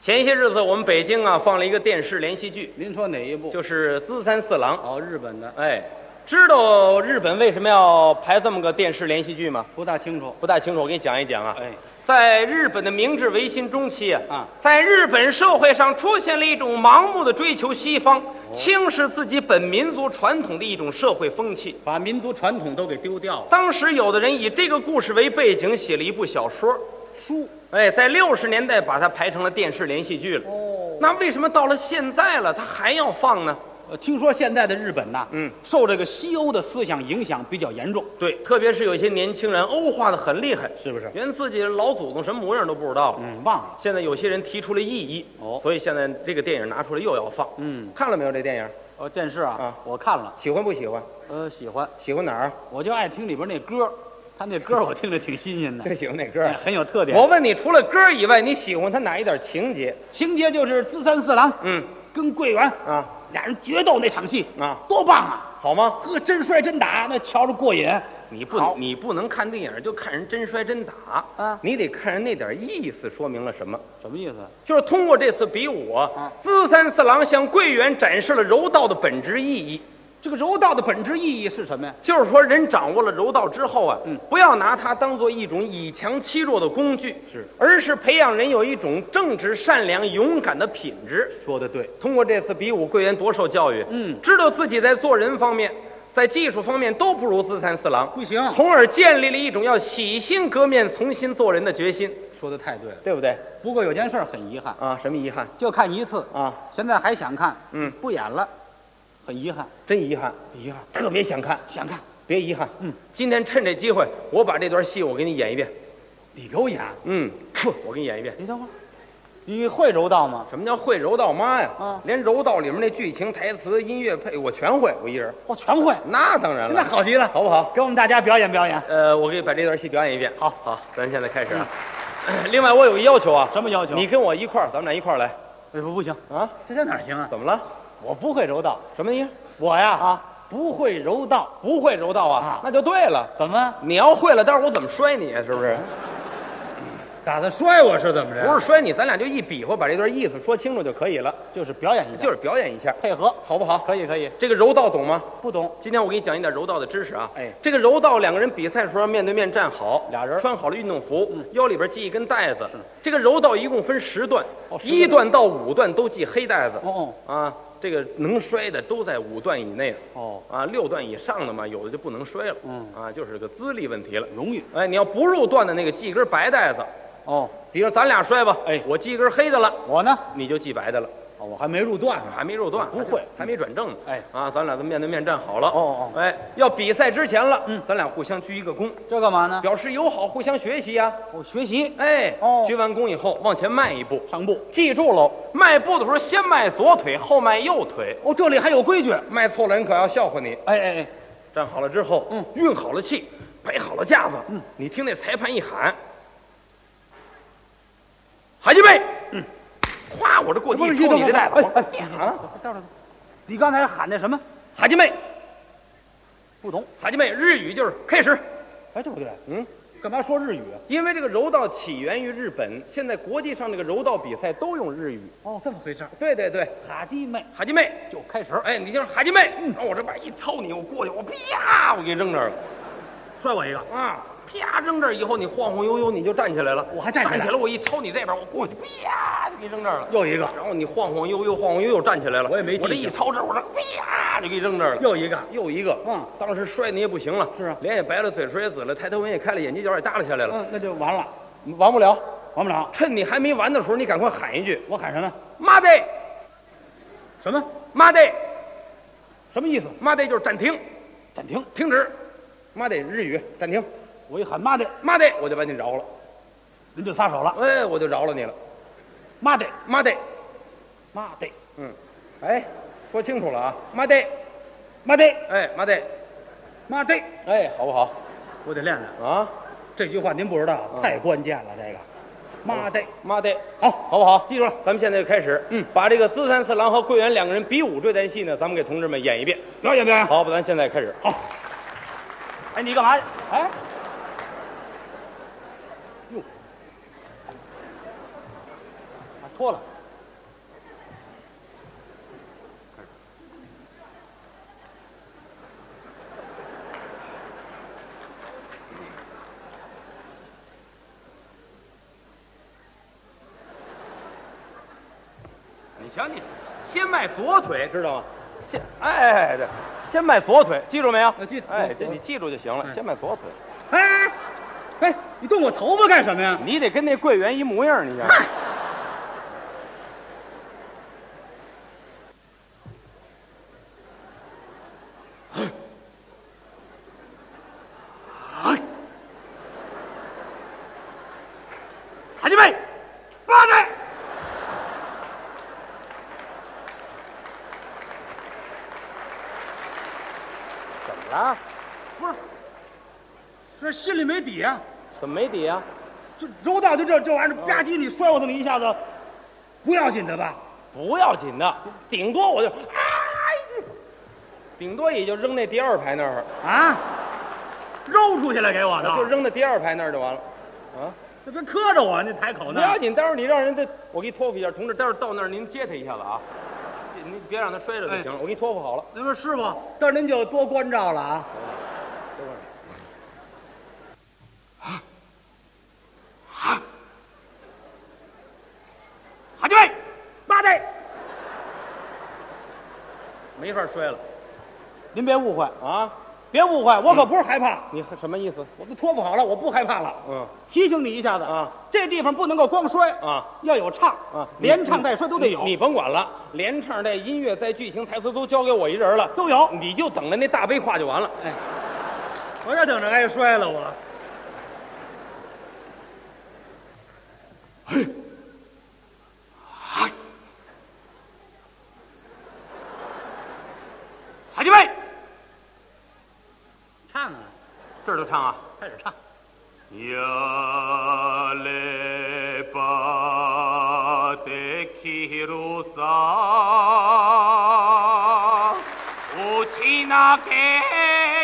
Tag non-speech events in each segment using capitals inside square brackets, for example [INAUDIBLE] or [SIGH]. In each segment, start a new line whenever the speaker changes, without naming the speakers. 前些日子我们北京啊放了一个电视连续剧，
您说哪一部？
就是《资三四郎》。
哦，日本的
哎，知道日本为什么要拍这么个电视连续剧吗？
不大清楚。
不大清楚，我给你讲一讲啊。
哎，
在日本的明治维新中期啊，
啊
在日本社会上出现了一种盲目的追求西方、
哦
轻视自己本民族传统的一种社会风气。
把民族传统都给丢掉了。
当时有的人以这个故事为背景写了一部小说，
书
哎，在六十年代把它排成了电视连续剧了。
哦，
那为什么到了现在了，它还要放呢？
呃听说现在的日本呐，
嗯，
受这个西欧的思想影响比较严重，
对，特别是有一些年轻人欧化的很厉害，
是不是？
连自己的老祖宗什么模样都不知道了。
嗯，忘了。
现在有些人提出了异议，
哦
所以现在这个电影拿出来又要放。
嗯，
看了没有这电影？
呃，电视啊，
啊
我看了，
喜欢不喜欢？
呃，喜欢，
喜欢哪儿？啊
我就爱听里边那歌儿，他那歌儿我听着挺新鲜的，
最喜欢哪歌啊
哎？很有特点。
我问你，除了歌以外，你喜欢他哪一点情节？
情节就是资三四郎
嗯
跟桂圆
啊
俩人决斗那场戏，
啊，
多棒啊！
好吗？
呵，真摔真打，那瞧着过瘾。
你不
好
你不能看电影就看人真摔真打
啊
你得看人那点意思说明了什么。
什么意思？
就是通过这次比武啊
啊，
资三四郎向桂圆展示了柔道的本质意义。
这个柔道的本质意义是什么呀？
就是说，人掌握了柔道之后啊，
嗯
不要拿它当做一种以强欺弱的工具，
是
而是培养人有一种正直、善良、勇敢的品质。
说的对，
通过这次比武，桂圆多受教育，
嗯
知道自己在做人方面、在技术方面都不如资三四郎，
不行，
从而建立了一种要洗心革面、重新做人的决心，
说的太对了。
对不对？
不过有件事儿很遗憾，
啊，什么遗憾
就看一次，
啊？
现在还想看，
嗯，
不演了，很遗憾，
真遗憾，
遗憾，
特别想看，
想看，
别遗憾。
嗯，
今天趁这机会，我把这段戏我给你演一遍。
你给我演，
嗯，哼我给你演一遍。
你等会儿，你会柔道吗？
什么叫会柔道妈呀？
啊
连柔道里面那剧情、台词、音乐配我全会，我一人。
我全会，
那当然了，
那好极了，
好不好？
给我们大家表演表演。
呃，我给把这段戏表演一遍。
好
好，咱现在开始啊。 [COUGHS] 另外，我有个要求啊，
什么要求？
你跟我一块儿，咱们俩一块儿来
哎不不行，
啊？
这上哪儿行啊？
怎么了？
我不会柔道，
什么意思？
我呀啊不会柔道，
不会柔道啊
啊？
那就对了。
怎么
你要会了，待会儿我怎么摔你啊？是不是？
打算摔我是怎么着
不
不
是摔你，咱俩就一比划，把这段意思说清楚就可以了，
是，就是表演一下，
就是表演一下，
配合，
好不好？
可以可以，
这个柔道懂吗？
不懂
今天我给你讲一点柔道的知识啊。
哎
这个柔道两个人比赛的时候面对面站好，
俩人嗯
穿好了运动服，腰里边系一根带子。这个柔道一共分十段，
哦十个
一段到五段都系黑带子。
哦
啊，这个能摔的都在五段以内
哦，
啊，六段以上的嘛，有的就不能摔了。
嗯
啊，就是个资历问题了。
容易
哎，你要不入段的那个系一根白带子，
哦。
比如咱俩摔吧，
哎
我系一根黑的了，
我呢，
你就系白的了，
哦我还没入段呢。
还没入段，
哦不会
还没转正呢。
哎，
啊，咱俩都面对面站好了。
哦哦
哎，要比赛之前了，
嗯
咱俩互相鞠一个躬，
这干嘛呢？
表示友好，互相学习呀、
我学习
哎，
哦
鞠完躬以后往前迈一步，
上步。
记住喽，迈步的时候先迈左腿，后迈右腿。
哦，这里还有规矩。哎
迈错了人可要笑话你。
哎哎，
站好了之后，
嗯，
运好了气，摆好了架子，嗯，你听那裁判一喊，喊预备，嗯，咵，我这过去
不是
一抽你这袋子，
哎
我
哎
说你喊
到了。你刚才喊那什么？
喊姐妹，
不懂。
喊姐妹，日语就是开始。
哎，这不对。
嗯，
干嘛说日语啊？
因为这个柔道起源于日本，现在国际上这个柔道比赛都用日语。
哦，这么回事儿。
对对对，
哈基妹
哈基妹，
就开始
哎，你就是哈基妹，
嗯
然后我这边一抽你，我过去，我啪，我给扔这儿了
摔我一个。
啊，啪扔这儿以后，你晃晃悠悠你就站起来了，
我还站起来
我一抽你这边，我过去，啪，就给扔这儿了。
又一个，
然后你晃晃悠悠，晃晃悠悠站起来了，
我也没
我这
记
一
性
抽这儿，我这啪就给扔这儿了。
又一个。
又一个，
嗯，
当时摔你也不行了，
是啊
脸也白了，嘴唇也紫了，抬头纹也开了，眼犄角也耷拉下来了，
嗯，那就完了，
完不了。
完不了。
趁你还没完的时候，你赶快喊一句
我喊什么？
“妈的，
什么？
妈的，
什么意思？
妈的”，就是暂停，
暂停。
停止。妈的，日语暂停。
我一喊妈的，
妈的，我就把你饶了，
人就撒手了。
哎，我就饶了你了。
妈的，
妈的，
妈的，
哎，说清楚了啊，妈的，
妈的，
哎，妈的，
妈的。
哎，好不好
我得练练。
啊？
这句话您不知道，太关键了。这个，妈的，
妈的，
哦好，
好不好？
记住了。
咱们现在就开始，嗯，把这个资三四郎和桂圆两个人比武这段戏呢，咱们给同志们演一遍。
表演表
啊
演。
好，咱现在开始。
哎，你干嘛？哎，啊哟，脱了，
瞧你，先迈左腿，知道吗？先哎，对，先迈左腿，记住没有
呃记？
哎
左，
这你记住就行
嗯
了，
哎
先迈左腿。
哎，哎，你动我头发干什么呀？
你得跟那柜员一模样儿，你想想。
孩子们，八代。
怎么了？
不是，这心里没底啊！
怎么没底啊？
就柔道就这这玩意儿，吧唧你摔我这么一下子，不要紧的吧？
不要紧的，顶多我就，哎，顶多也就扔那第二排那儿，
啊，
揉出去了给我的，
就扔那第二排那儿就完了。
这跟磕着我那抬口
哦
不
呢。
要紧，待会儿你让人家，我给你托付一下，同志，待会儿到那儿您接他一下子啊，这您别让他摔着就行了，我给你托付好了。
那说师傅，
但是您就多关照了啊。
孩子们，八代，
没法摔了
您别误会，
啊！
别误会，我可不是害怕，
你什么意思？
我都托付好了，我不害怕了。
嗯
提醒你一下子
啊，
这地方不能够光摔，
啊
要有唱
啊
连唱带摔都得有，
你你甭管了，连唱带音乐带剧情台词都交给我一人了，
都有。
你就等着那大悲话就完了。
我这等着挨摔了我。
孩子们，
唱啊，
这儿就唱啊！
开始唱。
Yale pa te kiro sa uchina ke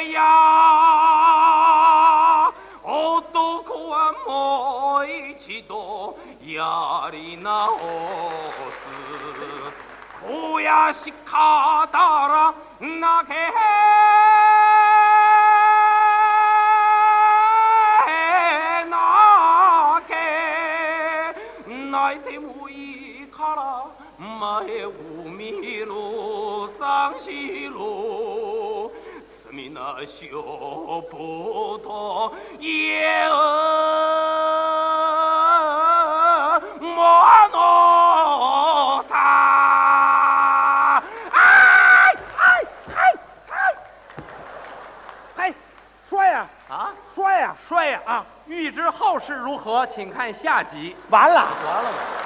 ya otoko wa mo ichido yari naosu 悔しかたら泣け泣いてもいいから前を見ろ三四郎罪なしをぽと言えものたあいあいあい
嘿，摔呀、
啊，
摔呀、
摔呀啊！欲知后事如何，请看下集。
完了。
完了吧？